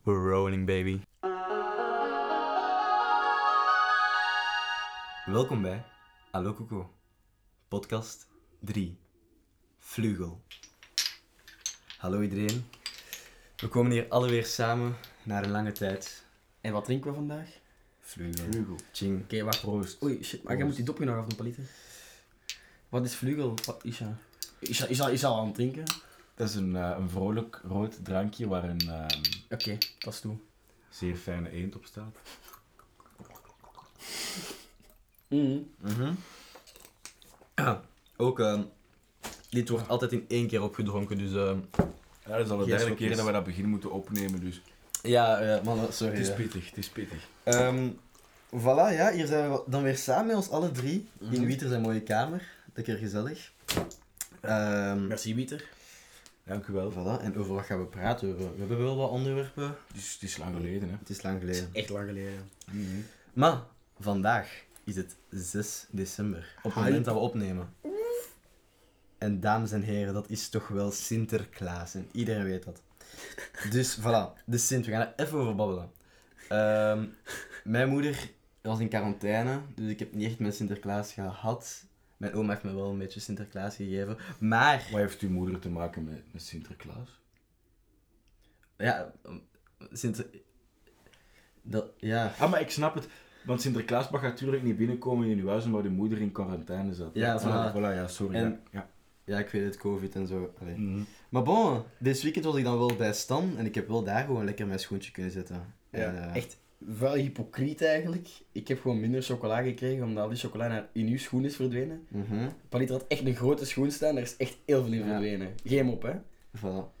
We're rolling, baby. Welkom bij Allo Coco, podcast 3, Vlugel. Hallo iedereen. We komen hier alweer samen na een lange tijd. En wat drinken we vandaag? Vlugel. Vlugel. Oké, Ching. wacht. Proost. Oei, shit, maar jij Proost. moet die dopje nog afdoen, Paliter. Wat is vlugel, Wa- Isha? Isha, Isha, Isha al aan het drinken? Dat is een, eh, een vrolijk rood drankje waar een ehm, Oké, dat is toe. zeer fijne eend op staat. Ah, ook, ehm, dit wordt altijd in één keer opgedronken, dus... ehm, Ja, dat is al de Geen derde slokjes. keer dat we dat begin moeten opnemen, dus ja, eh, mannen, sorry. het is eh. pittig, het is pittig. Ehm, voilà, ja, hier zijn we dan weer samen met ons alle drie. In Wieter zijn mooie kamer. Lekker gezellig. Ehm Merci, Wieter. Dank u wel. voilà, en over wat gaan we praten? We, we hebben wel wat onderwerpen. Dus het is lang geleden, hè. Het is lang geleden. Echt lang geleden. Maar vandaag is het 6 december. Op het moment dat we opnemen. En dames en heren, dat is toch wel Sinterklaas. En iedereen weet dat. Dus voilà, de Sint, we gaan er even over babbelen. Ehm, mijn moeder was in quarantaine, dus ik heb niet echt mijn Sinterklaas gehad. Mijn oma heeft me wel een beetje Sinterklaas gegeven. Maar, Wat heeft uw moeder te maken met, met Sinterklaas? ja, Sinter... Dat, ja. Ah, maar ik snap het. Want Sinterklaas mag natuurlijk niet binnenkomen in uw huis omdat uw moeder in quarantaine zat. Ja, Ah, voilà. voilà, ja, sorry. En- Mm-hmm. Ja. ja, ik weet het, COVID en zo. Allee. Ja. Mhm. Maar bon, deze weekend was ik dan wel bij Stan en ik heb wel daar gewoon lekker mijn schoentje kunnen zetten. Ja, En, eh, echt wel hypocriet eigenlijk. Ik heb gewoon minder chocola gekregen omdat al die chocola naar- in uw schoen is verdwenen. mhm, Paliter had echt een grote schoen staan, daar is echt heel veel in Ja. verdwenen. Geen op, hè? voilà.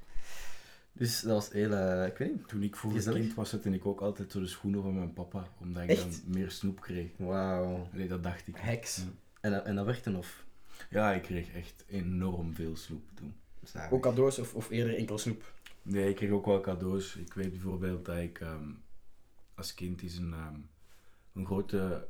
Dus dat was heel, eh, ik weet niet. Toen ik vroeger Gezellig. kind was, zette ik ook altijd zo de schoenen van mijn papa, omdat ik Echt? dan meer snoep kreeg. Wauw. Allee, dat dacht ik. Heks. En, dat- en dat werkte of? Ja, ik kreeg echt enorm veel snoep toen. Zalig. Ook cadeaus of, of eerder enkel snoep. Nee, ik kreeg ook wel cadeaus. Ik weet bijvoorbeeld dat ik ehm, als kind eens een, ehm, een grote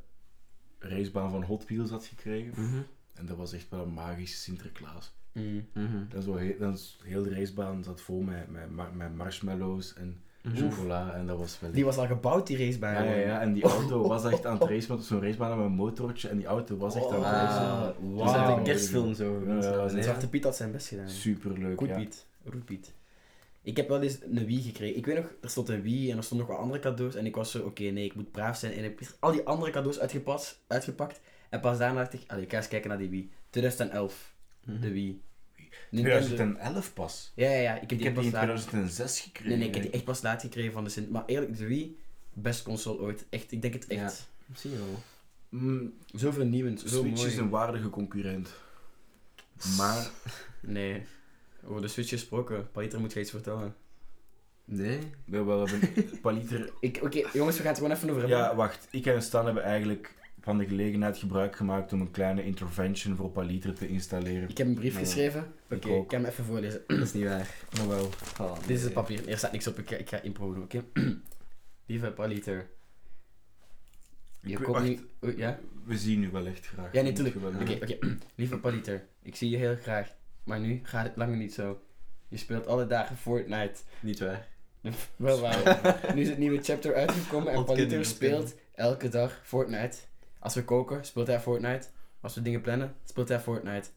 racebaan van Hot Wheels had gekregen. Mhm, En dat was echt wel een magische Sinterklaas. Mm. mhm. Dan zo heel, dan is heel de racebaan zat vol met, met, mar- met marshmallows en Mhm. chocola. En dat was wel... Die Oh. was al gebouwd, die racebaan. Ja, ja, ja, en die auto was echt aan het racen, want het was zo'n racebaan met een motortje en die auto was echt aan het racen. Dus Wauw. Wow. Er zat Oh, Wauw. Dus een kerstfilm zo. Ja, ja, dat is Nee. Zwarte Piet had zijn best gedaan. Superleuk, Goed ja. Piet. Goed Piet. Ik heb wel eens een Wii gekregen. Ik weet nog, er stond een Wii en er stonden nog wat andere cadeaus. En ik was zo, oké, nee, ik moet braaf zijn. En ik heb al die andere cadeaus uitgepast, uitgepakt. En pas daarna dacht ik, allee, ik ga eens kijken naar die Wii. 2011, de Mhm. Wii. Nintendo. 2011 pas. Ja, ja, ja. Ik heb Ik die heb die in pas laat... 2006 gekregen. Nee, nee, ik heb die echt pas laat gekregen van de Sint. Maar eerlijk, de Wii, best console ooit. Echt, ik denk het echt. Zie je wel. Mm, Zo vernieuwend, zo Switch mooi. is een waardige concurrent. Maar Nee. Over de Switch gesproken. Paliter moet je iets vertellen. Nee? we hebben wel een paliter. Ik, oké, jongens, we gaan het gewoon even over hebben. Ja, wacht. Ik en Stan hebben eigenlijk van de gelegenheid gebruik gemaakt om een kleine intervention voor paliter te installeren. Ik heb een brief Nee. geschreven. Oké, Ik ik ook. ga hem even voorlezen. Dat is niet waar. Jawel. Oh, Dit is nee. het papier. Er staat niks op. Ik ga, ik ga impro doen, oké? Lieve Paliter. Je Ik weet- komt wacht. nu... Oei, oh, ja? We zien u wel echt graag. Ja, nee, Moet tuurlijk. je Oké, wel oké. doen. Lieve Paliter, ik zie je heel graag. Maar nu gaat het langer niet zo. Je speelt alle dagen Fortnite. Niet waar. Wel waar. nu is het nieuwe chapter uitgekomen en Ontkenning, Paliter ontkenning. speelt elke dag Fortnite. Als we koken, speelt hij Fortnite. Als we dingen plannen, speelt hij Fortnite.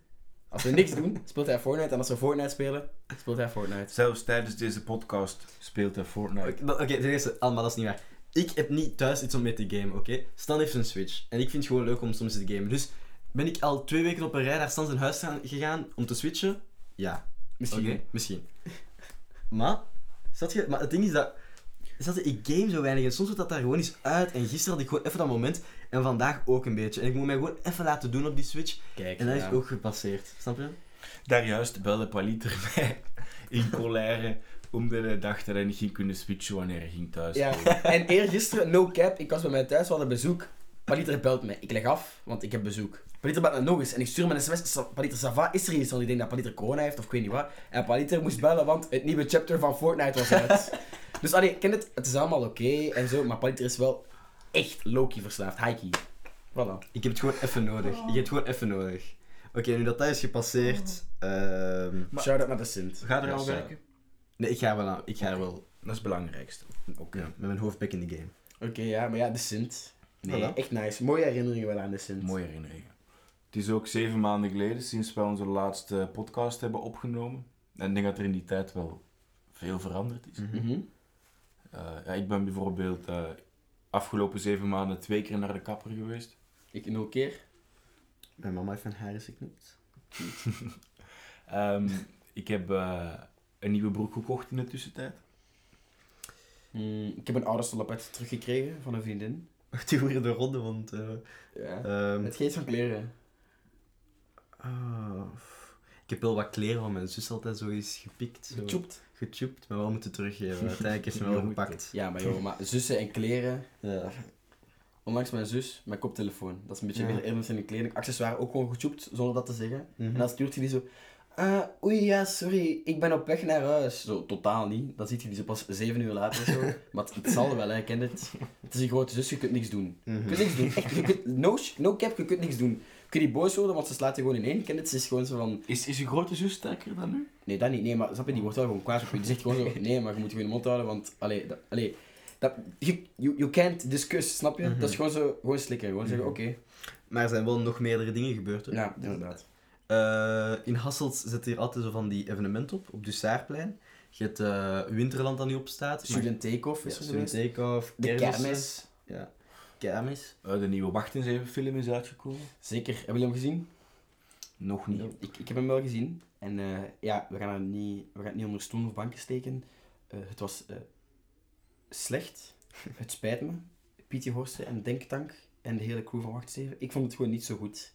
Als we niks doen, speelt hij Fortnite. En als we Fortnite spelen, speelt hij Fortnite. Zelfs tijdens deze podcast speelt hij Fortnite. Oké, dat- Oké, ten eerste, allemaal dat is niet waar. Ik heb niet thuis iets om mee te gamen, oké? Stan heeft een Switch. En ik vind het gewoon leuk om soms te gamen. Dus ben ik al twee weken op een rij naar Stan zijn huis gaan- gegaan om te switchen? Ja. Misschien. Oké, misschien. Maar, zat je, maar het ding is dat, zat je, ik game zo weinig en soms wordt dat daar gewoon eens uit. En gisteren had ik gewoon even dat moment en vandaag ook een beetje. En ik moet mij gewoon even laten doen op die Switch. Kijk, En dat ja. is ook gepasseerd, snap je? Daarjuist belde paliter mij in Colère omdat hij dacht dat hij niet ging kunnen switchen wanneer hij ging thuis. Ja, en eergisteren, no cap, ik was bij mij thuis, we hadden bezoek. Paliter belt mij. Ik leg af, want ik heb bezoek. Paliter belt mij nog eens en ik stuur mijn sms. Sa- Paliter, Sava is er iets? Want ik denk dat Paliter corona heeft of ik weet niet wat. En Paliter moest bellen, want het nieuwe chapter van Fortnite was uit. dus allee, ik ken het, het is allemaal oké en zo, maar Paliter is wel echt Loki verslaafd. Haiky. Voilà. Ik heb het gewoon even nodig. Ik heb het gewoon even nodig. Oké, nu dat dat is gepasseerd, ehm, Maar- Shout out naar de Sint. Ga er Ja, al zo. werken? Nee, ik ga er wel aan. Ik ga er wel eh, Dat is het belangrijkste. Ja, met mijn hoofd back in the game. Oké, ja, maar ja, de Sint. Nee, Voilà. echt nice. Mooie herinneringen wel aan de Sint. Mooie herinneringen. Het is ook zeven maanden geleden sinds wij onze laatste podcast hebben opgenomen. En ik denk dat er in die tijd wel veel veranderd is. Mhm. Eh, ja, ik ben bijvoorbeeld eh afgelopen zeven maanden twee keer naar de kapper geweest. Ik nul keer. Mijn mama heeft mijn haar eens geknipt. Ehm, ik heb eh, een nieuwe broek gekocht in de tussentijd. Mm, ik heb een ouderslapet teruggekregen van een vriendin. Wacht die weer de ronde, want... eh, Ja. ehm, het geeft van kleren. ah, pff. ik heb wel wat kleren van mijn zus altijd zo eens gepikt. Zo. Getjoept. Gechoept, maar wel moeten eh, teruggeven. Uiteindelijk is me wel Jongen, gepakt. Ja, maar joh, maar zussen en kleren. Ja. Onlangs mijn zus, mijn koptelefoon. Dat is een beetje Ja. meer Ernst in de kleding. Accessoire ook gewoon getjoept, zonder dat te zeggen. En Mhm. dan stuurt hij die zo... "Ah, oei, ja, sorry, ik ben op weg naar huis. Zo, totaal niet. Dan ziet hij die zo pas zeven uur later of zo. maar het zal wel, hè, ken het. Het is een grote zus, je kunt niks doen. Je kunt niks doen, echt. Je kunt, no, sh- no cap, je kunt niks doen. Kun je niet boos worden, want ze slaat je gewoon ineen. Ken het, ze is gewoon zo van... Is, is je grote zus sterker dan nu? Nee, dat niet. Nee, maar snap je, die wordt wel gewoon kwaad op je. Die zegt gewoon zo, nee, maar je moet gewoon je mond houden, want... Allee, dat, allee, dat, you, you, you can't discuss, snap je? Dat Mhm. is gewoon zo, gewoon slikken. Gewoon zeggen, oké. nou, Maar er zijn wel nog meerdere dingen gebeurd. hoor. Ja, inderdaad. Eh, in Hasselt zet hier altijd zo van die evenementen op, op Dussaarplein. Je hebt eh, Winterland dat nu op staat. maar- Student take-off Ja, is er Student geweest. Takeoff, De kermissen. kermis. Ja, kermis. Eh, de nieuwe Wacht eens even film is uitgekomen. Zeker. Hebben jullie hem gezien? Nog niet. Ik, ik heb hem wel gezien. En eh, ja, we gaan, er niet, we gaan het niet onder stoelen of banken steken. Eh, het was eh, slecht. het spijt me. Pietje Horsten en Denktank en de hele crew van Wacht eens even. Ik vond het gewoon niet zo goed.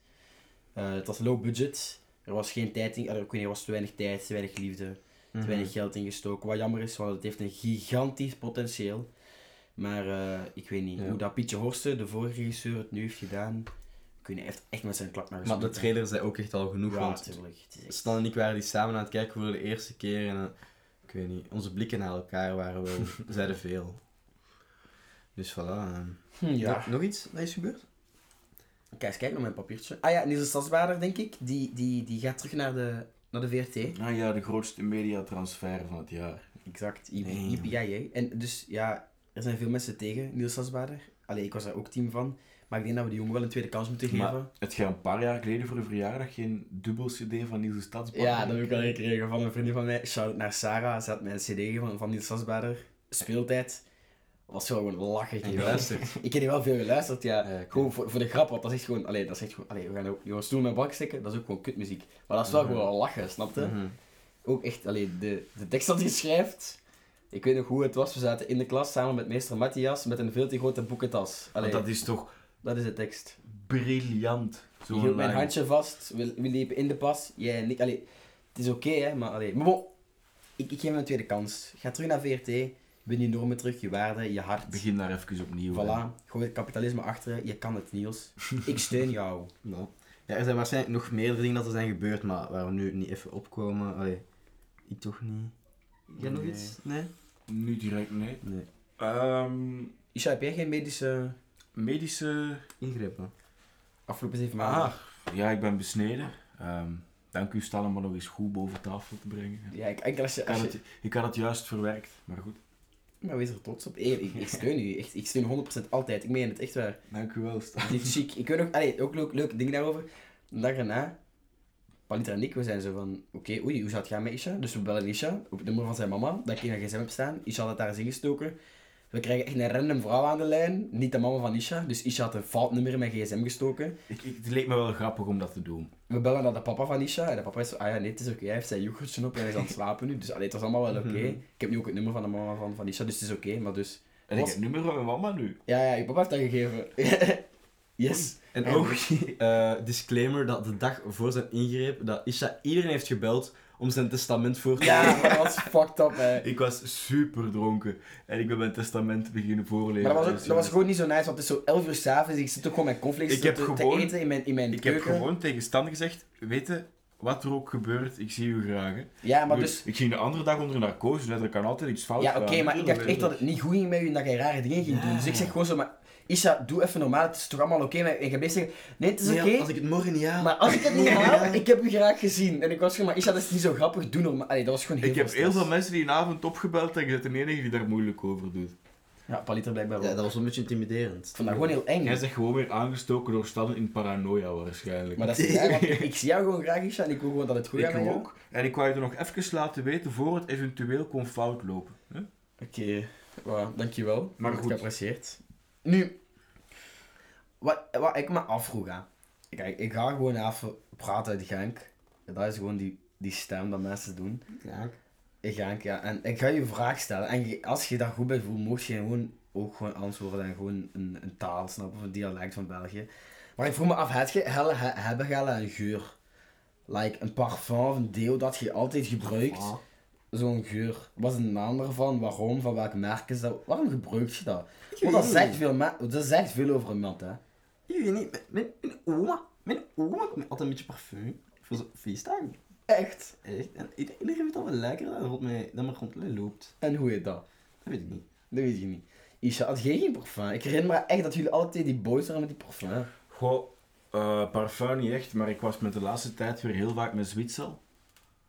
Eh, het was low budget. Er was geen tijd in. eh, Ik weet niet, er was te weinig tijd, te weinig liefde. Mhm. te weinig geld ingestoken. Wat jammer is, want het heeft een gigantisch potentieel. Maar eh, ik weet niet Ja. hoe dat Pietje Horsten, de vorige regisseur, het nu heeft gedaan. Kun je echt, echt met zijn klap naar Maar de gesmeten. trailer zei ook echt al genoeg, Ja, want tuurlijk. Het is echt- Stan en ik waren die samen aan het kijken voor de eerste keer en eh, ik weet niet, onze blikken naar elkaar waren wel, zeiden veel. Dus voilà. eh. Hm, ja. Nog, nog iets dat is gebeurd? Kijk, kijk naar mijn papiertje. Ah ja, Niels de Stadsbaarder, denk ik, die, die, die gaat terug naar de, naar de VRT. Nou ja, de grootste mediatransfer van het jaar. Exact, Nee, IPI. En dus ja, er zijn veel mensen tegen Niels Stadsbaarder. Allee, ik was daar ook team van. Maar ik denk dat we die jongen wel een tweede kans moeten geven. Maar het gaat een paar jaar geleden voor een verjaardag geen dubbel cd van Niels de Stadsbank. Ja, dat heb ik al gekregen van een vriendin van mij. Shout naar Sarah. Ze had mij een CD van, van Niels Sasbaarder. Speeltijd. Was wel gewoon lachen. Ik En heb die wel- geluisterd. ik heb die wel veel geluisterd, ja. Ja, oké. Gewoon voor, voor de grap, want dat is echt gewoon... Allee, dat is echt gewoon... Allee, we gaan ook jongens stoel met bank steken. Dat is ook gewoon kutmuziek. Maar dat is wel gewoon lachen, snap je? Mhm. Ook echt, allee, de, de tekst dat hij schrijft... Ik weet nog hoe het was. We zaten in de klas samen met meester Matthias met een veel te grote boekentas. Allee, Want dat dat is... is toch de tekst. briljant. Je hield mijn handje vast, we, we liepen in de pas. Jij en ik. Allee, het is oké, hè, maar allee. Maar bon, ik, ik geef hem een tweede kans. Ga terug naar VRT, win je normen terug, je waarden, je hart. Begin daar even opnieuw. hè. Voilà, gooi het kapitalisme achter, je Je kan het, Niels. Ik steun jou. Nou. Ja, er zijn waarschijnlijk nog meerdere dingen dat er zijn gebeurd, maar waar we nu niet even opkomen. Allee, ik toch niet. Jij nog Nee. iets? Nee? Nu direct, nee. Nee. Ehm, Isha, heb jij geen medische medische... Ingrepen. afgelopen zeven maanden? Ah, ja, ik ben besneden. Ehm, dank u, Stan, om me nog eens goed boven tafel te brengen. Ja, ik, enkel als je... Ik had, Als je het, ik had het juist verwerkt, maar goed. maar wees er trots op. Hey, ik, ik steun u, echt, ik steun 100% altijd. Ik meen het, echt waar. Dank u wel, Stan. Dit is chic. Ik weet nog, allee, ook leuk, leuke dingen daarover. Een dag daarna, Palitra en ik, we zijn zo van, oké, oei, hoe zou het gaan met Isha? Dus we bellen Isha, op het nummer van zijn mama, dat ik in haar gsm heb staan. Isha had het daar eens ingestoken. We krijgen echt een random vrouw aan de lijn, niet de mama van Isha. Dus Isha had een fout nummer in mijn gsm gestoken. Ik, ik- het leek me wel grappig om dat te doen. We bellen naar de papa van Isha en de papa is zo, ah ja, nee, het is oké, hij heeft zijn yoghurtje op en hij is aan het slapen nu. Dus allee, het was allemaal wel oké. Mhm. Ik heb nu ook het nummer van de mama van, van Isha, dus het is oké. maar dus, En ik Was- heb het nummer van mijn mama nu. ja, ja, je papa heeft dat gegeven. yes. En En- ook, eh, disclaimer, dat de dag voor zijn ingreep, dat Isha iedereen heeft gebeld om zijn testament voor te Ja, maar dat was fucked up, hè. Ik was super dronken en ik ben mijn testament beginnen voorlezen. Maar dat was, ook, Dus, dat was eh, gewoon niet zo nice, want het is zo 11 uur s'avonds. Ik zit ook gewoon met conflicts Ik heb te, te gewoon- eten in mijn, in mijn Ik heb keuken. gewoon tegen Stan gezegd, weet je, wat er ook gebeurt, ik zie u graag. hè. Ja, maar Ik dus... bedoel, Ik ging de andere dag onder narcose, dus er kan altijd iets fout Ja, oké, gaan. maar ik dacht echt dat het niet goed ging met u en dat jij rare dingen ging doen. Dus ik zeg gewoon zo, maar... Isha, doe even normaal, het is toch allemaal oké? Maar En je blijft zeggen, nee, het is Nee, oké. Als ik het morgen niet haal. Maar als ik het niet haal, ik heb u graag gezien. En ik was gewoon, maar Isha, dat is niet zo grappig, doe normaal. Allee, dat was gewoon heel Ik heb heel stress. veel mensen die een avond opgebeld en je bent de enige die daar moeilijk over doet. Ja, Paliter blijkbaar wel. Ja, dat was een beetje intimiderend. Ik vond dat gewoon heel eng. Jij zegt gewoon weer aangestoken door standen in paranoia waarschijnlijk. Maar dat is raar, want ik zie jou gewoon graag, Isha, en ik wil gewoon dat het goed ik gaat met wou jou. ook. En ik wou je er nog even laten weten voor het eventueel kon fout lopen. hè? Oké, Wauw, dankjewel. Maar Wordt goed. Geapprecieerd. Nu, wat, wat ik me afvroeg aan. Kijk, ik ga gewoon even praten uit Genk. Dat is gewoon die, die stem dat mensen doen. Ja. In Genk, ja. En ik ga je een vraag stellen. En je- als je daar goed bij voelt, mocht je gewoon ook gewoon antwoorden en gewoon een, een taal snappen of een dialect van België. Maar ik vroeg me af, heb je, he- he- hebben gellen een geur? Like een parfum of een deo dat je altijd gebruikt? Ah. zo'n geur? Wat is de naam daarvan? Waarom? Van welk merk is dat? Waarom gebruik je dat? Want dat weet zegt niet. veel, ma- dat zegt veel over iemand, hè. Ik weet niet, mijn- mijn, mijn oma, mijn oma komt altijd een beetje parfum voor zo'n feestdagen. Echt? Echt? En ieder- iedereen vindt dat wel lekker dat, rond mij, dat maar rond mij loopt. En hoe heet dat? Dat weet ik niet. Dat weet je niet. Isha, had jij geen parfum? Ik herinner me echt dat jullie altijd die boys waren met die parfum. Goh, eh, parfum niet echt, maar ik was met de laatste tijd weer heel vaak met Zwitser.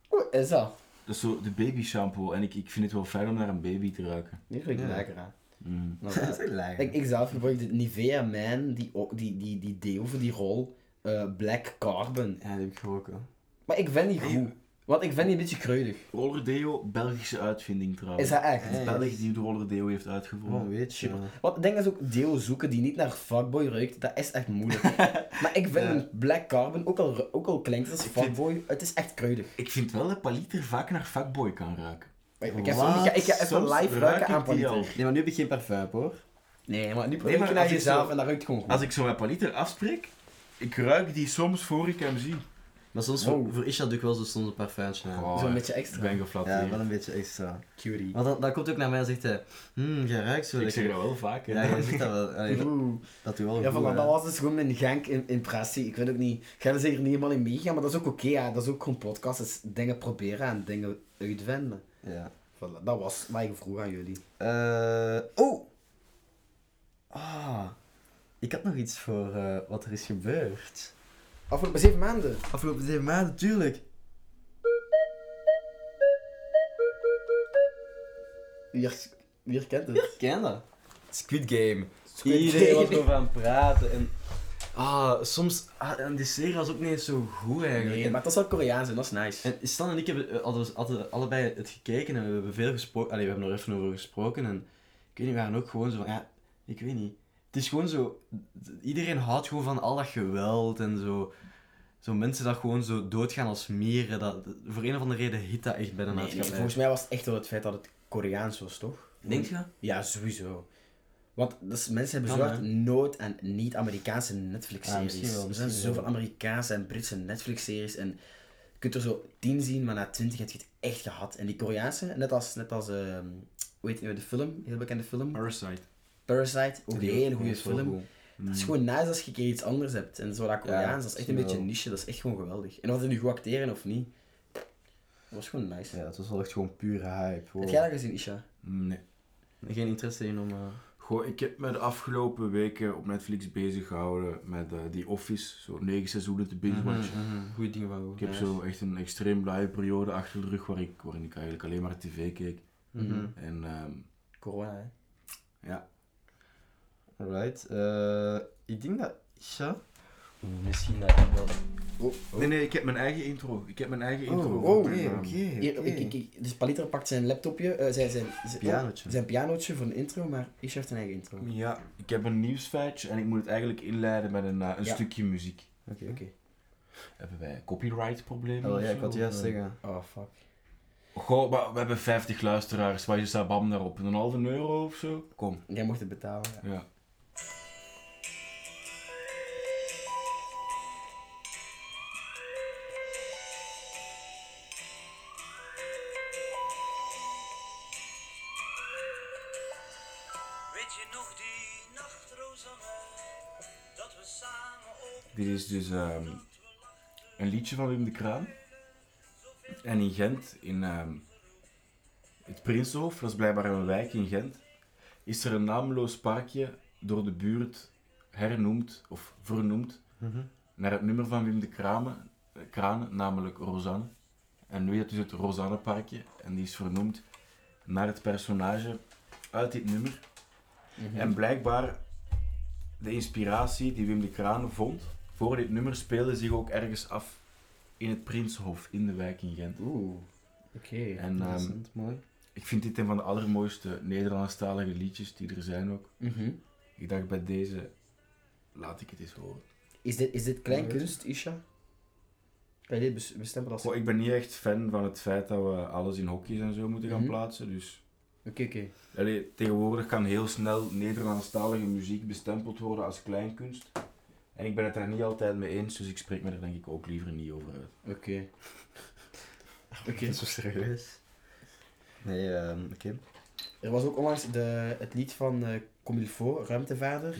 Hoe is dat? Dat is zo de baby shampoo en ik, ik vind het wel fijn om naar een baby te ruiken. Die vind ik Ja. lekker, hè. Mm. Nou, Dat is echt lekker. ik, ik zelf gebruik de Nivea Man, die, o- die, die, die deel voor die rol, eh, Black Carbon. Ja, die heb ik geroken. Maar ik vind die goed. Want ik vind die een beetje kruidig. Roller deo, Belgische uitvinding trouwens. Is dat echt? Het is Ja, ja. België die de roller deo heeft Oh, uitgevonden. weet je. man. Want ik denk dat ook deel zoeken die niet naar fuckboy ruikt, dat is echt moeilijk. maar ik vind Ja. een black carbon, ook al, ru- ook al klinkt het als Ik vind- fuckboy, het is echt kruidig. Ik vind wel dat Paliter vaak naar fuckboy kan ruiken. Ik, ik, heb Wat? soms- ik, ga- ik ga even Soms live ruik ruiken ik aan die Paliter. Nee, maar nu heb ik geen parfum op, hoor. Nee, maar nu maar probeer je naar als ik jezelf zo- en dat ruikt gewoon goed. Als ik zo met Paliter afspreek, ik ruik die soms voor ik hem zie. Maar soms Wow. voor, voor Isha doe ik wel zo soms een parfumtje aan. Oh, Zo'n beetje Ik extra. ben Ja, geflatteerd. wel een beetje extra. Cutie. Want dan, dan komt ook naar mij en zegt hij, hmm, jij ruikt zo ik lekker. zeg dat wel vaak. hè. Ja, jij zegt dat wel. Allee, Oeh. dat doe wel Ja, goed, voilà, hè. dat was dus gewoon mijn Genk im- impressie. Ik weet ook niet, ik ga er zeker niet helemaal in meegaan, maar dat is ook oké. ja. Dat is ook gewoon podcast, is dingen proberen en dingen uitvinden. Ja. Voilà, dat was wat ik vroeg aan jullie. Eh, oh! Ah. Ik had nog iets voor eh, wat er is gebeurd. Afgelopen zeven maanden. Afgelopen zeven maanden, natuurlijk. Wie, her- wie herkent het? Ken dat? Squid Game. Squid Iedereen Game. was erover aan het praten. En, ah, soms... Ah, en die serie was ook niet eens zo goed eigenlijk. Nee, En- maar dat is wel Koreaans en dat is nice. En Stan en ik hebben, eh, hadden, hadden allebei het gekeken en we hebben veel gesproken. Allee, we hebben er even over gesproken. En ik weet niet, we waren ook gewoon zo van, ja, ik weet niet. Het is gewoon zo, iedereen houdt gewoon van al dat geweld en zo. Zo mensen dat gewoon zo doodgaan als mieren. Dat, voor een of andere reden hit dat echt bij de Nee, maatschappij. volgens mij was het echt wel het feit dat het Koreaans was, toch? Denk je? Ja, sowieso. Want dus mensen hebben zo Kan, hard hè? nood aan niet-Amerikaanse Netflix-series. Ja, misschien wel, er zijn misschien wel. zoveel Amerikaanse en Britse Netflix-series en je kunt er zo tien zien, maar na twintig heb je het echt gehad. En die Koreaanse, net als, net als ehm, hoe heet die, de film, een heel bekende film, Parasite. Parasite, ook een hele goede is wel film. goed. Het is gewoon nice als je een keer iets anders hebt. En zo dat Koreaans, dat is echt een Mm. wel. beetje niche, dat is echt gewoon geweldig. En of ze nu goed acteren of niet, dat was gewoon nice. Ja, het was wel echt gewoon pure hype. wow. Heb jij dat gezien, Isha? Nee. Geen interesse in om... eh, Goh, ik heb me de afgelopen weken op Netflix bezig gehouden met eh The Office. Zo negen seizoenen te binge mhm, watchen. mhm, Goede dingen van goed. Ik heb zo echt een extreem blije periode achter de rug waar ik, waarin ik eigenlijk alleen maar tv keek. Mhm. En ehm, Corona, hè? ja, Alright. eh, ik denk dat Isha... Oeh, Misschien dat ik wel... Nee, nee, ik heb mijn eigen intro. Ik heb mijn eigen intro. Oh, Want, oké, ehm, oké. Hier, ik, ik, ik- dus Paliter pakt zijn laptopje, eh, zijn, zijn, zijn, Pianootje. zijn pianootje voor een intro, maar Isha heeft een eigen intro. Oké. Ja, ik heb een nieuwsfeitje en ik moet het eigenlijk inleiden met een, eh, een Ja. stukje muziek. Oké. Hebben wij copyright problemen? Oh of ja, ik zo? had juist Eh, zeggen. Oh, fuck. Goh, maar we hebben 50 luisteraars. Wat is dat bam daarop? Een halve euro of zo? Kom. Jij mocht het betalen. ja. Ja. Weet je nog die nacht, Rosanne, dat we samen op Dit is dus ehm, een liedje van Wim de Kraan. En in Gent, in ehm, het Prinsenhof, dat is blijkbaar een wijk in Gent, is er een naamloos parkje door de buurt hernoemd of vernoemd Mhm. naar het nummer van Wim de Kramen, eh, Kranen, namelijk Rosanne. En nu is het dus het Rosanneparkje en die is vernoemd naar het personage uit dit nummer. En blijkbaar de inspiratie die Wim de Kranen vond voor dit nummer speelde zich ook ergens af in het Prinshof in de wijk in Gent. Oeh, oké. En ehm, Interessant, mooi. ik vind dit een van de allermooiste Nederlandstalige liedjes die er zijn ook. Mhm. Ik dacht bij deze, laat ik het eens horen. Is dit, is dit klein Ja, kunst, Isha? Kan je dit Eh, bes- bestempelen als... Goh, Oké, ik ben niet echt fan van het feit dat we alles in hokjes en zo moeten gaan Mhm. plaatsen. Dus oké. allee, tegenwoordig kan heel snel Nederlandstalige muziek bestempeld worden als kleinkunst. En ik ben het daar niet altijd mee eens, dus ik spreek me er denk ik ook liever niet over uit. Oké. Oké. Zo serieus. Nee, ehm, oké. Er was ook onlangs de, het lied van eh Comilfo, Ruimtevaarder.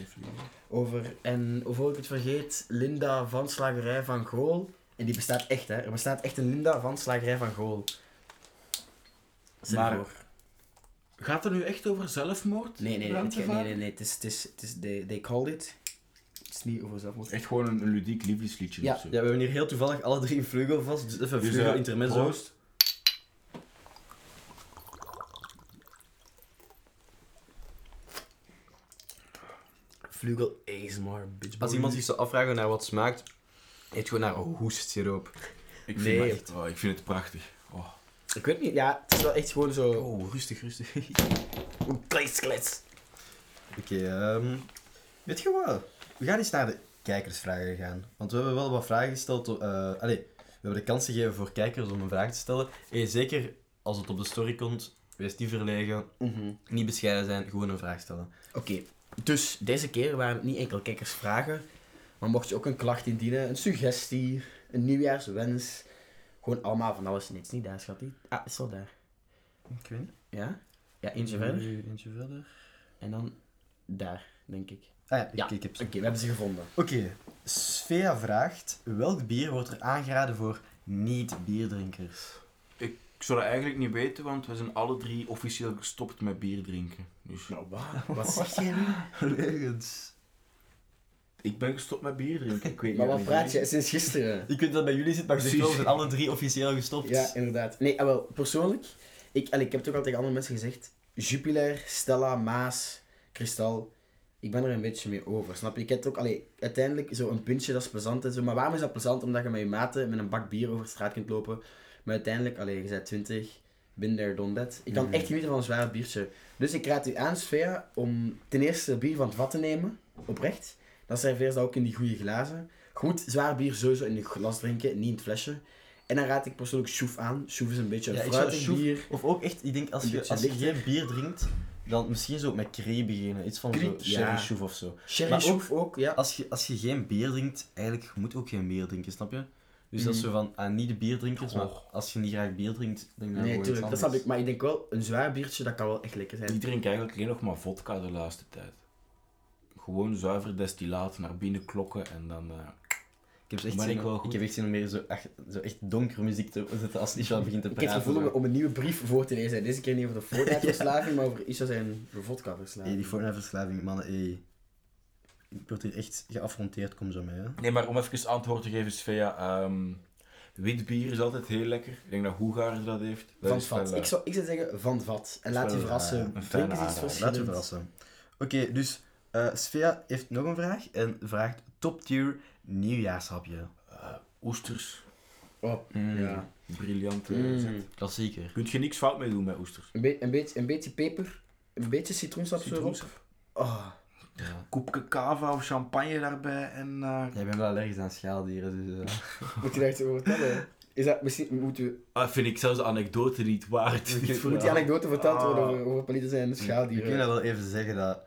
Over, en voor ik het vergeet, Linda van Slagerij van Gool. En die bestaat echt, hè? Er bestaat echt een Linda van Slagerij van Gool. Stel je Maar- voor. Gaat het nu echt over zelfmoord? Nee, nee, nee, het, nee, nee, nee, het is, het is, het is they, they called it. Het is niet over zelfmoord. Echt gewoon een, een ludiek liefdesliedje Ja, of zo. Ja, we hebben hier heel toevallig alle drie een vleugel vast. Dus even Dus, vleugel eh, intermezzo. proost. Vlugel ASMR, bitch. Als iemand zich zou afvragen naar wat smaakt, eet gewoon naar hoestsiroop. Ik Nee. vind, het echt- oh, ik vind het prachtig. Oh. Ik weet niet, ja, het is wel echt gewoon zo... Oh, rustig, rustig. Klets, klets. Oké, ehm weet je wat? We gaan eens naar de kijkersvragen gaan. Want we hebben wel wat vragen gesteld. eh allee, we hebben de kans gegeven voor kijkers om een vraag te stellen. En zeker als het op de story komt, wees niet verlegen, Mhm. niet bescheiden zijn, gewoon een vraag stellen. Oké, dus deze keer waren het niet enkel kijkersvragen, maar mocht je ook een klacht indienen, een suggestie, een nieuwjaarswens, gewoon allemaal van alles en niets. Niet daar, schatje. Ah, is wel daar. Ik weet niet. Ja? Ja, eentje Mm-hmm. verder. Eentje verder. En dan daar, denk ik. Ah ja, Ja, ik, ik heb Oké, ze. we hebben ze gevonden. Oké, Svea vraagt, welk bier wordt er aangeraden voor niet-bierdrinkers? Ik zou dat eigenlijk niet weten, want we zijn alle drie officieel gestopt met bier drinken. Dus Nou, wat? Wat zeg jij nu? Nergens. ik ben gestopt met bier drinken. Ik weet Maar niet wat of praat je? Sinds gisteren. Ik weet dat bij jullie zit, maar je zegt wel, we zijn alle drie officieel gestopt. Ja, inderdaad. Nee, ah, wel, persoonlijk, ik, en ik heb het ook al tegen andere mensen gezegd, Jupiler, Stella, Maas, Kristal, ik ben er een beetje mee over, snap je? Ik heb het ook, allee, uiteindelijk zo'n puntje, dat is plezant en zo, maar waarom is dat plezant? Omdat je met je maten met een bak bier over de straat kunt lopen, maar uiteindelijk, allee, je bent 20, been there, done that. Ik kan Mhm. echt genieten van een zwaar biertje. Dus ik raad u aan, Svea, om ten eerste bier van het vat te nemen, oprecht. Dan serveer ze dat ook in die goede glazen. Goed, zwaar bier sowieso in een glas drinken, niet in het flesje. En dan raad ik persoonlijk Soef aan. Soef is een beetje een Ja, ik zou fruitig Soef- bier. Of ook echt, ik denk als Een je, beetje als je lichter. geen bier drinkt, dan misschien zo met cri beginnen. Iets van Cri? zo sherry Ja. chouf of zo. Sherry Maar ook- Soef ook, Ah, ja. Als je, als je geen bier drinkt, eigenlijk je moet ook geen bier drinken, snap je? Dus dat is Mm. zo van, ah, niet de bierdrinkers, maar als je niet graag bier drinkt, denk dan Oh. Nee, gewoon iets tuurlijk, anders. dat snap ik. Maar ik denk wel, een zwaar biertje, dat kan wel echt lekker Die zijn. drink eigenlijk alleen nog maar vodka de laatste tijd. Gewoon zuiver destillaat naar binnen klokken en dan. eh, Ik heb, zo echt Maar zin ik wel om- ik goed. heb echt zin om meer zo, echt- zo echt donkere muziek te zetten als Isha begint te Ik heb praten. het gevoel om, zo. om een nieuwe brief voor te lezen. Deze keer niet over de Fortnite-verslaving, maar over Isha zijn vodka-verslaving. Hey, die Fortnite-verslaving, mannen, hey. Ik word hier echt geaffronteerd, kom zo mee, hè. Nee, maar om even antwoord te geven, Svea. ehm, wit bier is altijd heel lekker. Ik denk dat Hoegaarden dat heeft. Dat Van is het vat. wel, eh, Ik zou, ik zou zeggen, van het vat. En laat wel, je verrassen. eh, een Drink fijne eens iets aanrader. Laten we verschillends. verrassen. Oké, dus eh Svea heeft nog een vraag en vraagt top tier nieuwjaarshapje. Oesters. Oh, Mm, ja. Briljant. eh, Mm. zet. Klassieker. Kun je niks fout mee doen met oesters. Een, be- een, beetje, een beetje peper, een beetje citroensap zo erop. Citroensap. Oh, Ja. Koepje cava of champagne daarbij en. eh, Jij bent wel allergisch aan schaaldieren, dus... eh, moet je daar iets over vertellen? Is dat, misschien moeten we ah, vind ik zelfs de anekdote niet waard. Niet voor Moet die jou. anekdote verteld Ah. worden over, over Palito zijn Ik wil schaaldieren? dat wel even zeggen dat...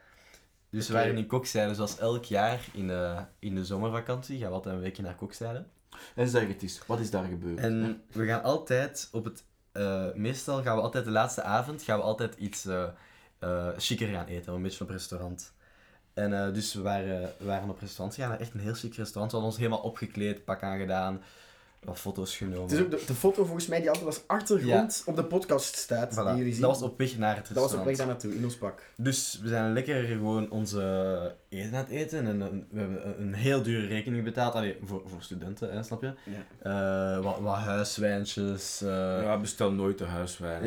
Dus we Oké. waren in Kokzijde, zoals elk jaar in de, in de zomervakantie gaan we altijd een weekje naar Kokzijde. En zeg het eens, wat is daar gebeurd? En we gaan altijd op het... eh, meestal gaan we altijd de laatste avond gaan we altijd iets eh eh, chiquer gaan eten. Een beetje op restaurant. En eh, dus we waren, we waren op restaurant gegaan. Echt een heel chic restaurant. We hadden ons helemaal opgekleed, pak aangedaan. wat foto's genomen. Het is ook de, de foto volgens mij die altijd als achtergrond op de podcast staat, Voilà. die jullie zien. Dat was op weg naar het dat was op weg restaurant. daar naartoe, in ons pak. Dus we zijn lekker gewoon onze eten aan het eten. En een- we hebben een- een heel dure rekening betaald. Allee, voor, voor studenten, hè, snap je? Ja. Eh, wat, wat huiswijntjes. eh, ja, Ja, bestel nooit de huiswijn.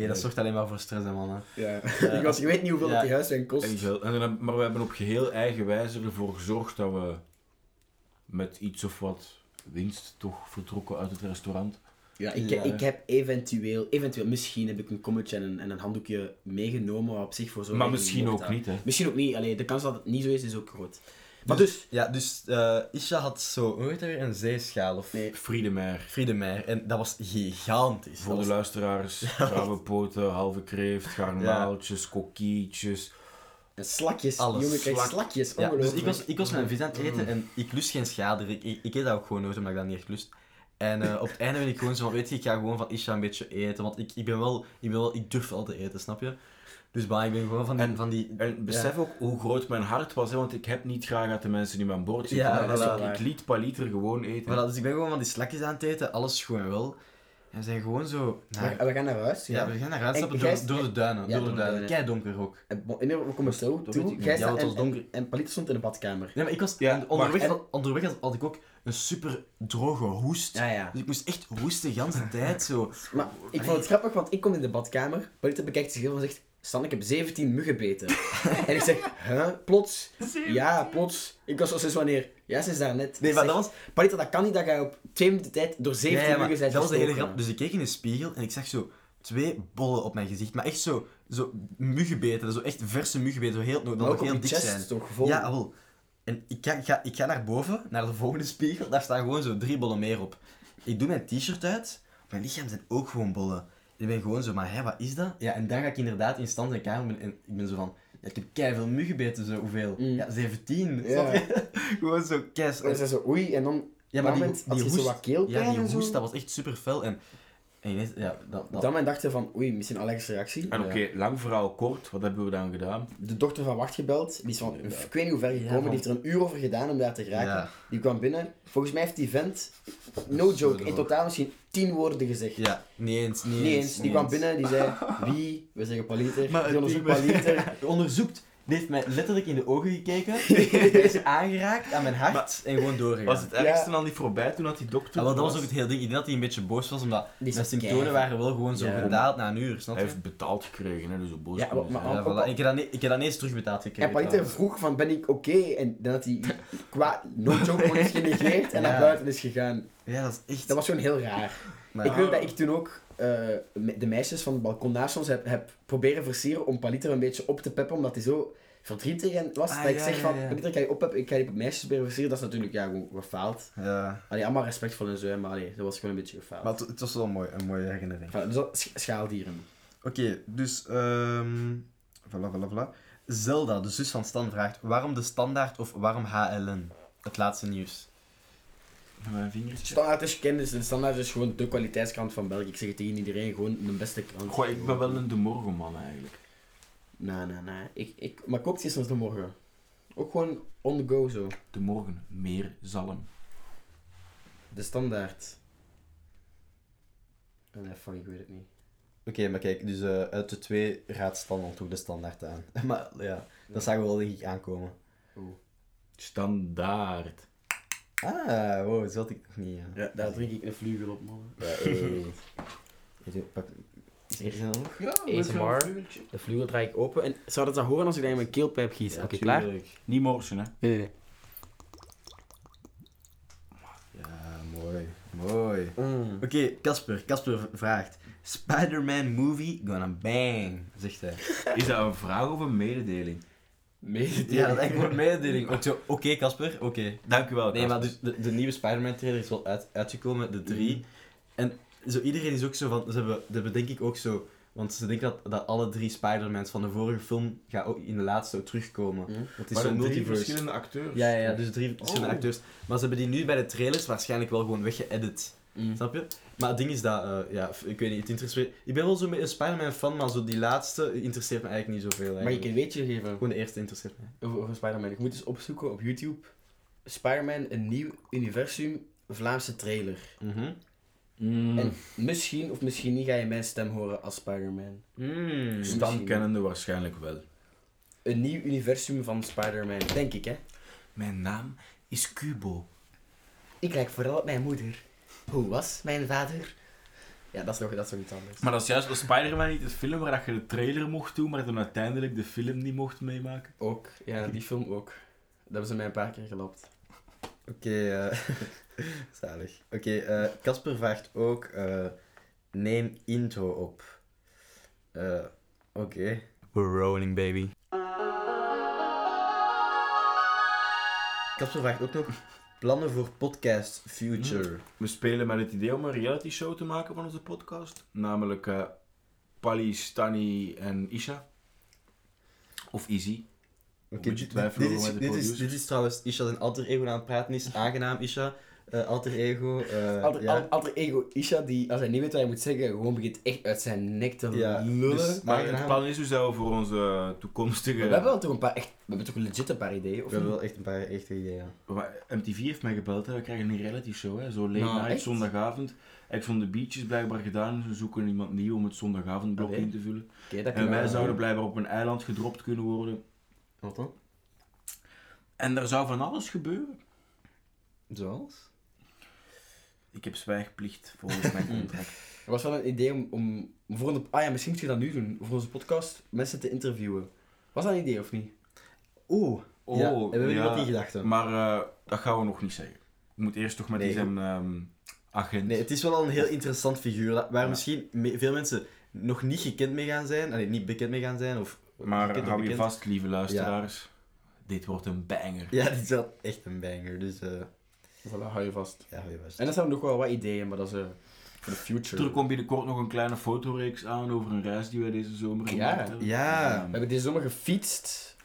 eh, dat zorgt alleen maar voor stress, hè, mannen. Ja. Ik was, je weet niet hoeveel Ja. dat die huiswijn kost. En geld. En dan, maar we hebben op geheel eigen wijze ervoor gezorgd dat we met iets of wat winst toch vertrokken uit het restaurant. Ja, ik, Ja. ik heb eventueel, eventueel, misschien heb ik een kommetje en een, en een handdoekje meegenomen, wat op zich voor zo'n maar rekening misschien mocht ook dat. niet, hè. Misschien ook niet, alleen de kans dat het niet zo is, is ook groot. Maar dus, Ja, dus eh, Isha had zo, hoe heet dat weer? Een zeeschaal of Nee. Friedemeyer. Friedemeyer. En dat was gigantisch. Voor de dat was luisteraars, krabbenpoten, halve kreeft, garnaaltjes, kokkietjes. en slakjes, Alles. jongen, krijg Slak- slakjes, Ja, dus ik ongelooflijk. was, ik was mijn vis aan het eten en ik lust geen schader. Ik, ik, ik eet dat ook gewoon nooit, omdat ik dat niet echt lust. En eh, op het einde ben ik gewoon zo van, weet je, ik ga gewoon van Isha een beetje eten. Want ik, ik ben wel, ik ben wel, ik durf wel te eten, snap je? Dus bah, ik ben gewoon van die, En- van die En besef ook hoe groot mijn hart was, hè, want ik heb niet graag dat de mensen nu mijn bord zitten. Ja, Maar dat is voilà. ook- ik liet Paliter gewoon eten. voilà, dus ik ben gewoon van die slakjes aan het eten, alles gewoon wel. En we zijn gewoon zo naar, We, we gaan naar huis, ja, we gaan naar huis En stappen eh, jij door, is- door de duinen, door de duinen. Kei donker ook. En, bon- en we komen zo weet ik toe, niet. jij Ja, staat want het en, was en, donker. en Palito stond in de badkamer. Nee, maar ik was Ja, en onderweg, maar- had, onderweg had, had ik ook een super droge hoest. Ja, ja. Dus ik moest echt hoesten de hele tijd zo. Maar ik vond het grappig, want ik kom in de badkamer, Palito bekijkt zich heel en zegt, Stan, ik heb 17 muggen beten. en ik zeg, huh, plots? Ja, plots. Ik was zo sinds wanneer? Ja, sinds daarnet. Nee, maar Ik dat zeg, was, Palito, dat kan niet dat jij op twee minuten tijd door 17 ja, ja, maar muggen dat bent was de hele gestoken. grap. Dus ik keek in de spiegel en ik zag zo twee bollen op mijn gezicht. Maar echt zo, zo muggenbeten, zo echt verse muggenbeten, zo heel, dat Maar nog ook op heel die dik chest zijn. toch, vol. Ja, wel. En ik ga, ik, ga, ik ga naar boven, naar de volgende spiegel, daar staan gewoon zo drie bollen meer op. Ik doe mijn t-shirt uit, op mijn lichaam zijn ook gewoon bollen. En ik ben gewoon zo, maar hè, wat is dat? Ja, en dan ga ik inderdaad in stand en kamer en ik ben zo van, ja, ik heb keiveel muggenbeten, zo, hoeveel? Mm. Ja, 17. Ja. snap je? gewoon zo keis. En dan zei ze, oei, en dan Dus- Ja, op dat moment had je zo wat keelpijn ja, die en zo. hoest, dat was echt super fel. En, en ineens, ja, dat, op dat, dat moment dachten we van, oei, misschien een allergische reactie. En oké, lang verhaal kort, wat hebben we dan gedaan? De dochter van Wacht gebeld, die is van, ik weet niet hoe ver gekomen, van- die heeft er een uur over gedaan om daar te geraken. Ja. Die kwam binnen, volgens mij heeft die vent, no joke, in droog. totaal misschien 10 woorden gezegd. ja, niet eens, niet, Niet eens, die niet kwam eens. binnen, die zei, wie? We zeggen Paliter, Maar die onderzoekt het ding was- Paliter. onderzoekt. Die heeft mij letterlijk in de ogen gekeken, is aangeraakt aan mijn hart en gewoon doorgegaan. Was het ergste Ja. dan niet voorbij toen had die dokter... Ja, want Ah, dat was ook het hele ding. Ik denk dat hij een beetje boos was, omdat Die mijn is symptomen kei- waren wel gewoon zo Ja. gedaald na een uur, snap Hij je? heeft betaald gekregen, hè, dus zo boos Ja, kon hij maar- zijn. maar- Ja, voilà. Ik heb dat, niet- ik heb dat niet eens terugbetaald En gekregen. Paliter trouwens. vroeg van, ben ik oké? En dan had hij, qua no joke, wordt genegeerd en Ja. naar buiten is gegaan. Ja, dat is echt... Dat was gewoon heel raar. Maar- Ik weet dat ik toen ook eh, me- de meisjes van het balkon naast ons heb, heb proberen versieren om Paliter een beetje op te peppen, omdat hij zo verdrietig en was. Ah, dat ik ja, zeg ja, van, ja. Paliter, ik ga je oppeppen, ik ga je meisjes proberen versieren. Dat is natuurlijk, ja, gewoon gefaald. Ja. Allee, allemaal respectvol en zo, hè, maar allee, dat was gewoon een beetje gefaald. Maar het, het was wel mooi, een mooie herinnering. Enfin, dus dat, sch- schaaldieren. Oké, dus... ehm voilà, voilà, voilà. Zelda, de zus van Stan, vraagt waarom de standaard of waarom HLN? Het laatste nieuws. Mijn vingertje. Standaard is kennis, de standaard is gewoon de kwaliteitskrant van België. Ik zeg het tegen iedereen, gewoon de beste krant. Goh, ik ben wel een de morgenman eigenlijk. Nee, nee, nee. Ik, ik, maar koopt gisteren de morgen. Ook gewoon on the go zo. De morgen, meer zalm. De standaard. Ah, Nee, fuck, ik weet het niet. Oké, maar kijk, dus eh, uit de twee raadt Stan al toch de standaard aan. maar ja, dat zagen we wel denk ik aankomen. Standaard. Ah, wow, dat had ik nog niet. Ja. Ja, daar drink ik een vlugel op, man. Ja, eh, weet je, pak- Is er iets aan de hand? ASMR. De vlugel draai ik open. En zou dat dan horen als ik dat in mijn keelpijp giet? Oké, klaar? Nee, Tuurlijk. Niet morsen, hè. nee, nee. Ja, mooi. Mooi. Mm. Oké, Casper. Casper v- vraagt. Spider-Man movie gonna bang, zegt hij. Is dat een vraag of een mededeling? Ja, dat is echt een mededeling. Ook zo, Oké, Casper, oké. Dank u wel, Nee, maar Casper. Mhm. dus de, de nieuwe Spider-Man trailer is wel uit, uitgekomen, de drie. En zo, iedereen is ook zo van, ze hebben, ze hebben denk ik ook zo, want ze denken dat, dat alle drie Spider-Mans van de vorige film gaan ook in de laatste ook terugkomen. Mm. Want het is Maar zo'n drie multiverse. verschillende acteurs. Ja, ja, ja, dus drie verschillende Oh. acteurs. Maar ze hebben die nu bij de trailers waarschijnlijk wel gewoon weggeëdit. Snap je? Maar het ding is dat, eh, ja, f- ik weet niet, het interesseert... Ik ben wel zo'n beetje een Spider-Man fan, maar zo die laatste interesseert me eigenlijk niet zoveel. Mag ik eigenlijk. een weetje geven Gewoon de eerste interesseert me. over, over Spider-Man? Ik moet eens opzoeken op YouTube. Spider-Man, een nieuw universum Vlaamse trailer. Mhm. Mm, Mm. En misschien of misschien niet ga je mijn stem horen als Spider-Man. Hmm. Mm. Stamkennende waarschijnlijk wel. Een nieuw universum van Spider-Man, denk ik hè. Mijn naam is Kubo. Ik lijk vooral op mijn moeder. Hoe was mijn vader? Ja, dat is nog, dat is nog iets anders. Maar dat is juist bij Spider-Man niet het film waar dat je de trailer mocht doen, maar dan uiteindelijk de film niet mocht meemaken. Ook, ja, die film ook. Dat hebben ze mij een paar keer gelapt. Oké, eh zalig. Oké, eh Casper vraagt ook, eh, neem intro op. Eh, Oké. We're rolling, baby. Casper vraagt ook nog, plannen voor podcast future. We spelen met het idee om een reality show te maken van onze podcast. Namelijk eh Pali, Stani en Isha. Of Izzy. Oké, Moet je dit- twijfelen dit, is- over de dit, is, producers? dit is trouwens Isha zijn alter ego aan het praten is. Aangenaam Isha, eh, alter ego. eh, Alter, ja. al- alter ego Isha, die als hij niet weet wat hij moet zeggen, gewoon begint echt uit zijn nek te Ja, lullen. dus- Maar Maar Aangenaam. het plan is dus dat we voor onze toekomstige... we hebben wel toch een paar echt, we hebben toch legit een paar ideeën, We of hebben niet? wel echt een paar echte ideeën. ja. Maar MTV heeft mij gebeld, hè. we krijgen een reality show, hè. zo late Nou, night, echt? zondagavond. Ik vond de beach is blijkbaar gedaan, ze zoeken iemand nieuw om het zondagavondblok Allee. in te vullen. Oké, dat En kan wij wel. zouden blijkbaar op een eiland gedropt kunnen worden. Wat dan? En er zou van alles gebeuren. Zoals? Ik heb zwijgplicht volgens mijn contract. Er was wel een idee om, om voor een, ah ja, misschien moet je dat nu doen, voor onze podcast, mensen te interviewen. Was dat een idee of niet? Oeh. Oh, ja, hebben we ja. iemand in gedachten? Maar eh, dat gaan we nog niet zeggen. Ik moet eerst toch met Nee. die zijn ehm, agent. Nee, het is wel al een heel interessant figuur dat- waar Ja. misschien me- veel mensen nog niet gekend mee gaan zijn. Allee, niet bekend mee gaan zijn. Of maar eh, gekend of hou je bekend. vast, lieve luisteraars. Dit wordt een banger. Ja, dit is wel echt een banger. Dus eh Voilà, hou je vast. ja, hou je vast. En er zijn nog wel wat ideeën, maar dat is eh, voor de future. Er komt binnenkort nog een kleine fotoreeks aan over een reis die wij deze zomer Ja. gemaakt hebben. Ja. We hebben deze zomer gefietst.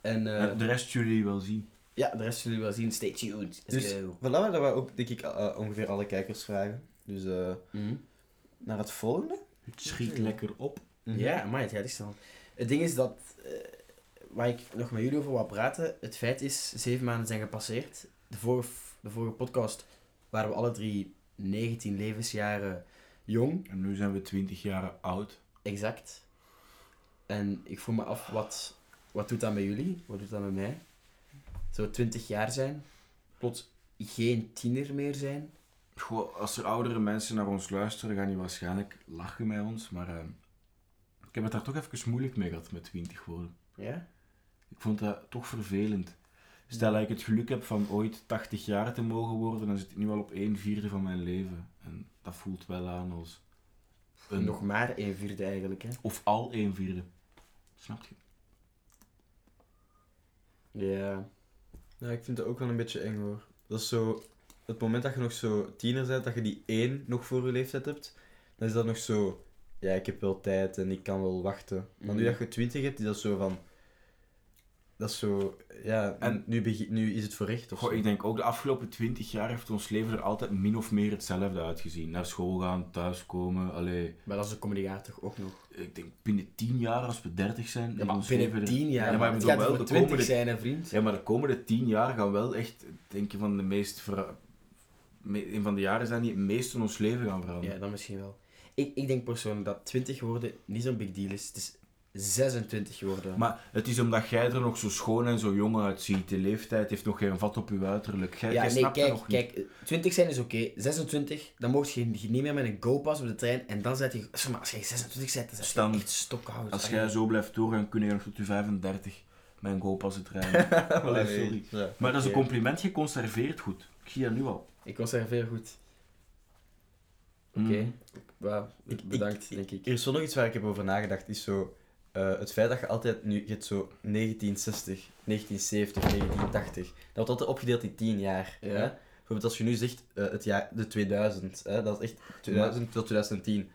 En eh, Ja, De rest jullie wel zien. ja, de rest zullen jullie wel zien. Stay tuned. Let's Dus go. voilà, dat we ook denk ik eh, ongeveer alle kijkers vragen. Dus eh, Mhm. naar het volgende. Het schiet lekker op. Ja, maar het gaat echt snel. Het ding is dat, eh, waar ik nog met jullie over wil praten, het feit is, zeven maanden zijn gepasseerd. De vorige, de vorige podcast waren we alle drie 19 levensjaren jong, En nu zijn we 20 jaar oud. exact. En ik vroeg me af, wat, wat doet dat met jullie? Wat doet dat met mij? Zo 20 jaar zijn, plots geen tiener meer zijn. Goh, als er oudere mensen naar ons luisteren, gaan die waarschijnlijk lachen met ons. Maar eh, ik heb het daar toch even moeilijk mee gehad met 20 worden. Ja? Ik vond dat toch vervelend. Stel dat ik het geluk heb van ooit 80 jaar te mogen worden, dan zit ik nu al op 1 vierde van mijn leven. En dat voelt wel aan als... Een, Nog maar een vierde eigenlijk, hè? Of al 1 vierde. Snap je? Ja. Ja, Nou, ik vind dat ook wel een beetje eng hoor. Dat is zo, het moment dat je nog zo tiener bent, dat je die één nog voor je leeftijd hebt, dan is dat nog zo, ja, ik heb wel tijd en ik kan wel wachten. Maar nu Mhm. dat je twintig hebt, is dat zo van, dat is zo, ja, En- en nu, begin, nu is het voor echt of Goh, zo. ik denk ook de afgelopen 20 jaar heeft ons leven er altijd min of meer hetzelfde uitgezien. Naar school gaan, thuiskomen, allee... Maar dat is de komende jaar toch ook nog? Ik denk binnen 10 jaar, als we 30 zijn... Ja, maar ons leven binnen er- 10 jaar. Ja, maar, het we gaat wel over de 20 komende zijn, hè, vriend. Ja, maar de komende tien jaar gaan wel echt, denk je, van de meest... vera- me- Een van de jaren zijn die het meest in ons leven gaan veranderen. Ja, dan misschien wel. Ik, ik denk persoonlijk dat 20 worden niet zo'n big deal is. Het is 26 worden. Maar het is omdat jij er nog zo schoon en zo jong uitziet. De leeftijd heeft nog geen vat op je uiterlijk. Jij, ja, jij nee, snapt dat kijk, nog niet. kijk, eh, 20 zijn is oké. 26, dan mocht je niet niet meer met een go-pass op de trein. En dan zet je. Zeg maar, als je 26 bent, dan Stan, zijn je echt stokhoud. Als jij zo blijft doorgaan, kun je nog tot je 35 met een go-passen trainen. Allee, sorry. Ja. Maar dat is een Oké. compliment geconserveerd goed. Ik zie dat nu al. Ik was er veel goed. Oké. Mm. Wauw, Ik- ik- bedankt, denk ik. Er is wel nog iets waar ik heb over nagedacht, is zo, eh, het feit dat je altijd nu, je hebt zo 1960, 1970, 1980, dat wordt altijd opgedeeld in 10 jaar. Ja. Hè? Bijvoorbeeld als je nu zegt eh, het jaar, de 2000, hè? dat is echt 2000 tot 2010.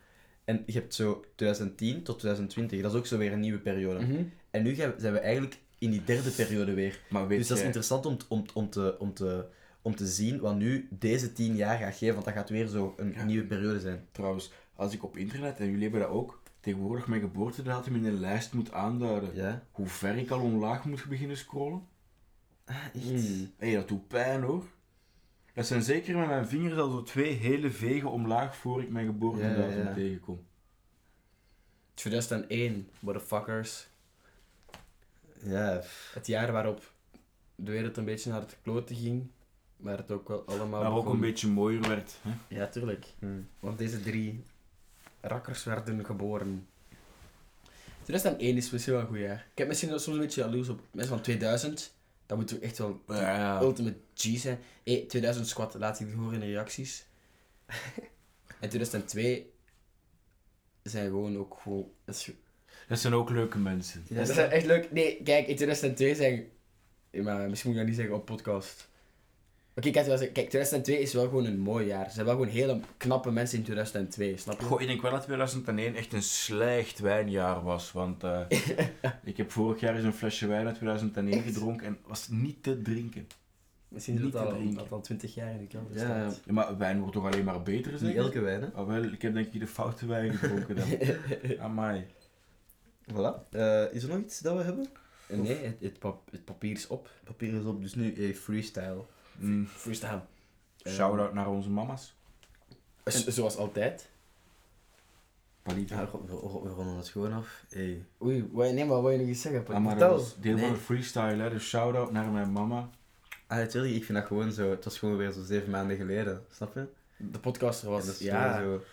En je hebt zo 2010 tot 2020, dat is ook zo weer een nieuwe periode. Mhm. En nu gaan- zijn we eigenlijk in die derde periode weer. Maar weet dus dat is jij- interessant om, t- om, t- om, te, om, te, om te zien wat nu deze 10 jaar gaat geven, want dat gaat weer zo een Ja. nieuwe periode zijn. Trouwens, als ik op internet, en jullie hebben dat ook, tegenwoordig mijn geboortedatum in een lijst moet aanduiden. Ja? Hoe ver ik al omlaag moet beginnen scrollen. Echt? Mm. Hé, dat doet pijn hoor. Dat zijn zeker met mijn vingers al zo twee hele vegen omlaag voor ik mijn geboortedatum Ja, ja, ja. tegenkom. 2001, motherfuckers. Ja, pff. Het jaar waarop de wereld een beetje naar het kloten ging. Maar het ook wel allemaal... Maar ook begon- een beetje mooier werd. Hè? Ja, tuurlijk. Hm. Want deze drie rakkers werden geboren. 2001 is misschien wel een goed jaar. Ik heb misschien wel soms een beetje jaloers op mensen van 2000. Dat moet toch echt wel die Ja. ultimate G zijn. Hé, 2000 squat, laat ik die horen in de reacties. en 2002 zijn gewoon ook gewoon... dat is- Dat zijn ook leuke mensen. Ja, dat is echt leuk. Nee, kijk, in 2002 zijn... Ja, maar misschien moet ik dat niet zeggen op podcast. Oké, kijk, 2000 kijk, 2002 is wel gewoon een mooi jaar. Er zijn wel gewoon hele knappe mensen in 2002, snap je? Goh, ik denk wel dat 2001 echt een slecht wijnjaar was. Want eh, ik heb vorig jaar eens een flesje wijn uit 2001 Echt? gedronken en was niet te drinken. Misschien is Niet dat te al, drinken. dat al 20 jaar in de kelder Ja, staat. Ja, maar wijn wordt toch alleen maar beter, zeg? niet elke wijn, hè. Ah, wel, ik heb denk ik de foute wijn gedronken dan. Amai. Voilà. Eh, is er nog iets dat we hebben? Nee, het, het, pap- het papier is op. Papier is op, dus nu eh, freestyle. Mm. Freestyle. Ehm, Shout-out naar onze mama's. z- Zoals altijd. Palita. Ja, we, we- we ronden het gewoon af. Hey. Oei, wat- nee, maar wat wil je nog eens zeggen? Ah, maar dat Vertel. was deel Nee. van de freestyle, hè. Dus shout-out naar mijn mama. Ah, natuurlijk, ik vind dat gewoon zo... Het was gewoon weer zo zeven maanden geleden, snap je? De podcast En was... dat is ja. gewoon zo... Trouwens,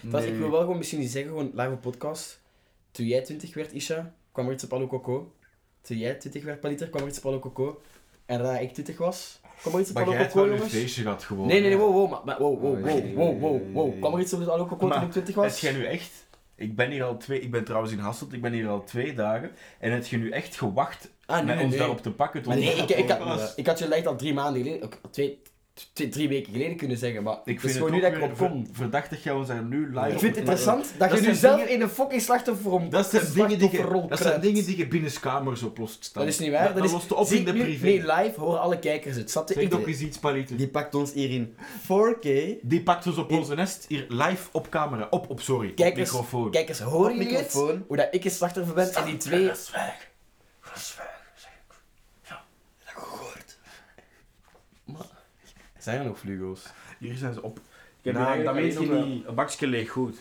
Nee. Ik wil wel gewoon misschien iets zeggen, gewoon live op podcast. Toen jij 20 werd, Isha, kwam er iets op Allo Coco. Toen jij 20 werd, Paliter, kwam er iets op Allo Coco. En daarna ik 20 was, kwam er iets op Maar Allo jij hebt Coco, wel een jongens. Nee, feestje gehad gewoon. nee, nee, wow, wow, maar- maar wow, Oh, wow, jee, wow, wow, jee, wow, jee. wow. Kwam er iets op Allo Coco toen Maar ik 20 Heb was? jij nu echt... Ik ben hier al twee... Ik ben trouwens in Hasselt, ik ben hier al twee dagen. En heb je nu echt gewacht Ah, met ons daarop te pakken? tot Maar nee, we ik, ik, op- had, ik had je lijkt al drie maanden geleden, ook al twee, twee, drie weken geleden kunnen zeggen, maar Ik het is vind gewoon het nu ook dat ik weer erop ver- kom. verdacht dat jij ons daar nu live Ik vind het op- interessant dat, dat je nu zijn zelf dingen- in een fucking slachtofferrol Dat zijn, dingen die je, slachtofferrol dat zijn kruipt. dingen die je binnenkamers oplost. Stan. Dat is niet waar. Dat, Dat, is, lost op zie in de ik nu- privé. Nee, live horen alle kijkers het. Snap je? Zeg Ik ook doe- eens iets, Palito. Die, Die pakt ons hier in 4K. pakt ons op onze nest hier live op camera. Op, op sorry. op kijkers, microfoon. kijkers, horen Op jullie het? microfoon. Hoe dat ik een slachtoffer ben en die twee... Zwijg. Zijn er nog vlugo's? Hier zijn ze op. Ik heb hier nou, dat weet eigenlijk je alleen nog niet. Een bakje leeg, goed.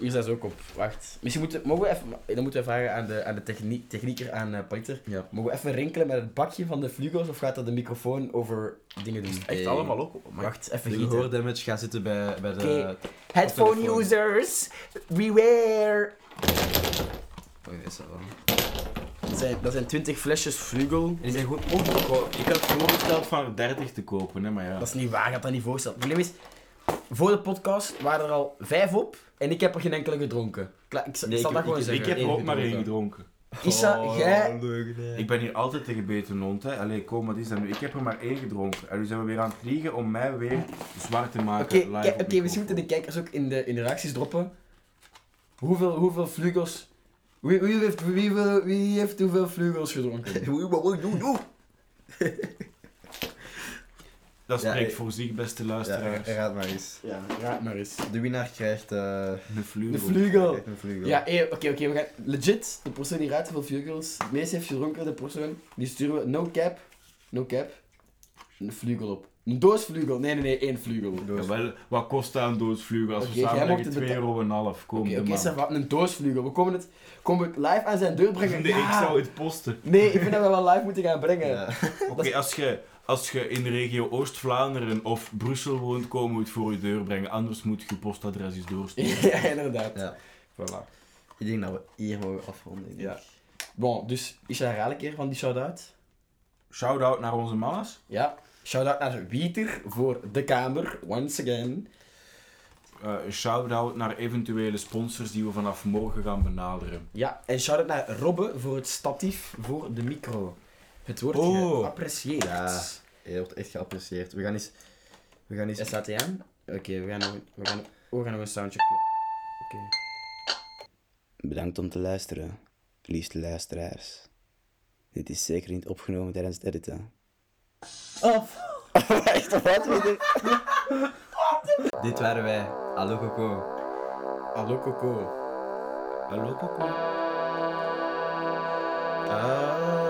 Hier zijn ze ook op. Wacht. Misschien moeten, mogen we even... Dan moeten we vragen aan de, aan de technie- technieker, aan eh Pieter. Ja. Mogen we even rinkelen met het bakje van de vlugo's of gaat dat de microfoon over dingen doen? Echt Hey. allemaal ook. Maar Wacht, even De gieten. gehoordamage gaat zitten bij, bij de... Oké. Headphone Headphone telefoon. users, beware! Oh, is dat wel. Dat zijn, dat zijn 20 flesjes Flugel. En die zijn gewoon onverkoop. Ik had voorgesteld van 30 te kopen, hè, maar ja. Dat is niet waar, ik had dat niet voorstellen. Het probleem is, voor de podcast waren er al vijf op en ik heb er geen enkele gedronken. Klaar, ik, zal- Nee, zal ik- dat gewoon ik- zeggen. ik heb er één ook maar één gedronken. Oh, gedronken. Issa, jij... leuk, nee. Ik ben hier altijd tegen gebeten hond, hè. Allee, kom, wat is dat nu? Ik heb er maar één gedronken. En nu zijn we weer aan het liegen om mij weer zwart te maken Oké, live op kijk, oké, microfoon. misschien moeten de kijkers ook in de, in de reacties droppen. Hoeveel, hoeveel Flugels... Wie, wie, heeft, wie, wil- wie heeft hoeveel Flugels gedronken? Dat Ja, spreekt eh, voor zich, beste Ja, ra- luisteraars. raad maar eens. Ja, raad maar eens. De winnaar krijgt, eh De vlugel. De Flugel. krijgt een vlugel. Ja, eh, oké, oké, we gaan legit. De persoon die raadt hoeveel vlugels het meest heeft gedronken, de persoon, die sturen we no cap, no cap, een vlugel op. Een doos vlugel, nee, nee, nee, één vlugel. Oké, Doos. Jawel, wat kost dat een doos vlugel? Als Oké, we jij samen mocht leggen, het 2,5 euro. en een half. Kom, Oké, de oké, man. zeg wat, een doos vlugel. We komen het, komen het live aan zijn deur brengen. Nee, ik Ja! zou het posten. Nee, ik vind dat we wel live moeten gaan brengen. Ja. Oké, als je als je in de regio Oost-Vlaanderen of Brussel woont, komen we het voor je deur brengen. Anders moet je je postadres eens doorsturen. ja, inderdaad. Ja. Voilà. Ik denk dat we hier mogen afronden. ik denk. Ja. Bon, dus is dat herhaal een keer van die shout-out? Shout-out naar onze mama's. Ja. Shout-out naar Wieter voor de kamer, once again. Eh, shout-out naar eventuele sponsors die we vanaf morgen gaan benaderen. Ja, en shout-out naar Robbe voor het statief voor de micro. Het wordt Oh. geapprecieerd. Ja. Je wordt echt geapprecieerd. We gaan eens... We gaan eens... Is dat hij aan? Oké, we, gaan nog een- we, gaan, we gaan nog een soundcheck doen. Oké. Bedankt om te luisteren, liefste luisteraars. Dit is zeker niet opgenomen tijdens het editen. Dit waren wij. Hallo Coco. Hallo Coco. Hallo, papa. Ah.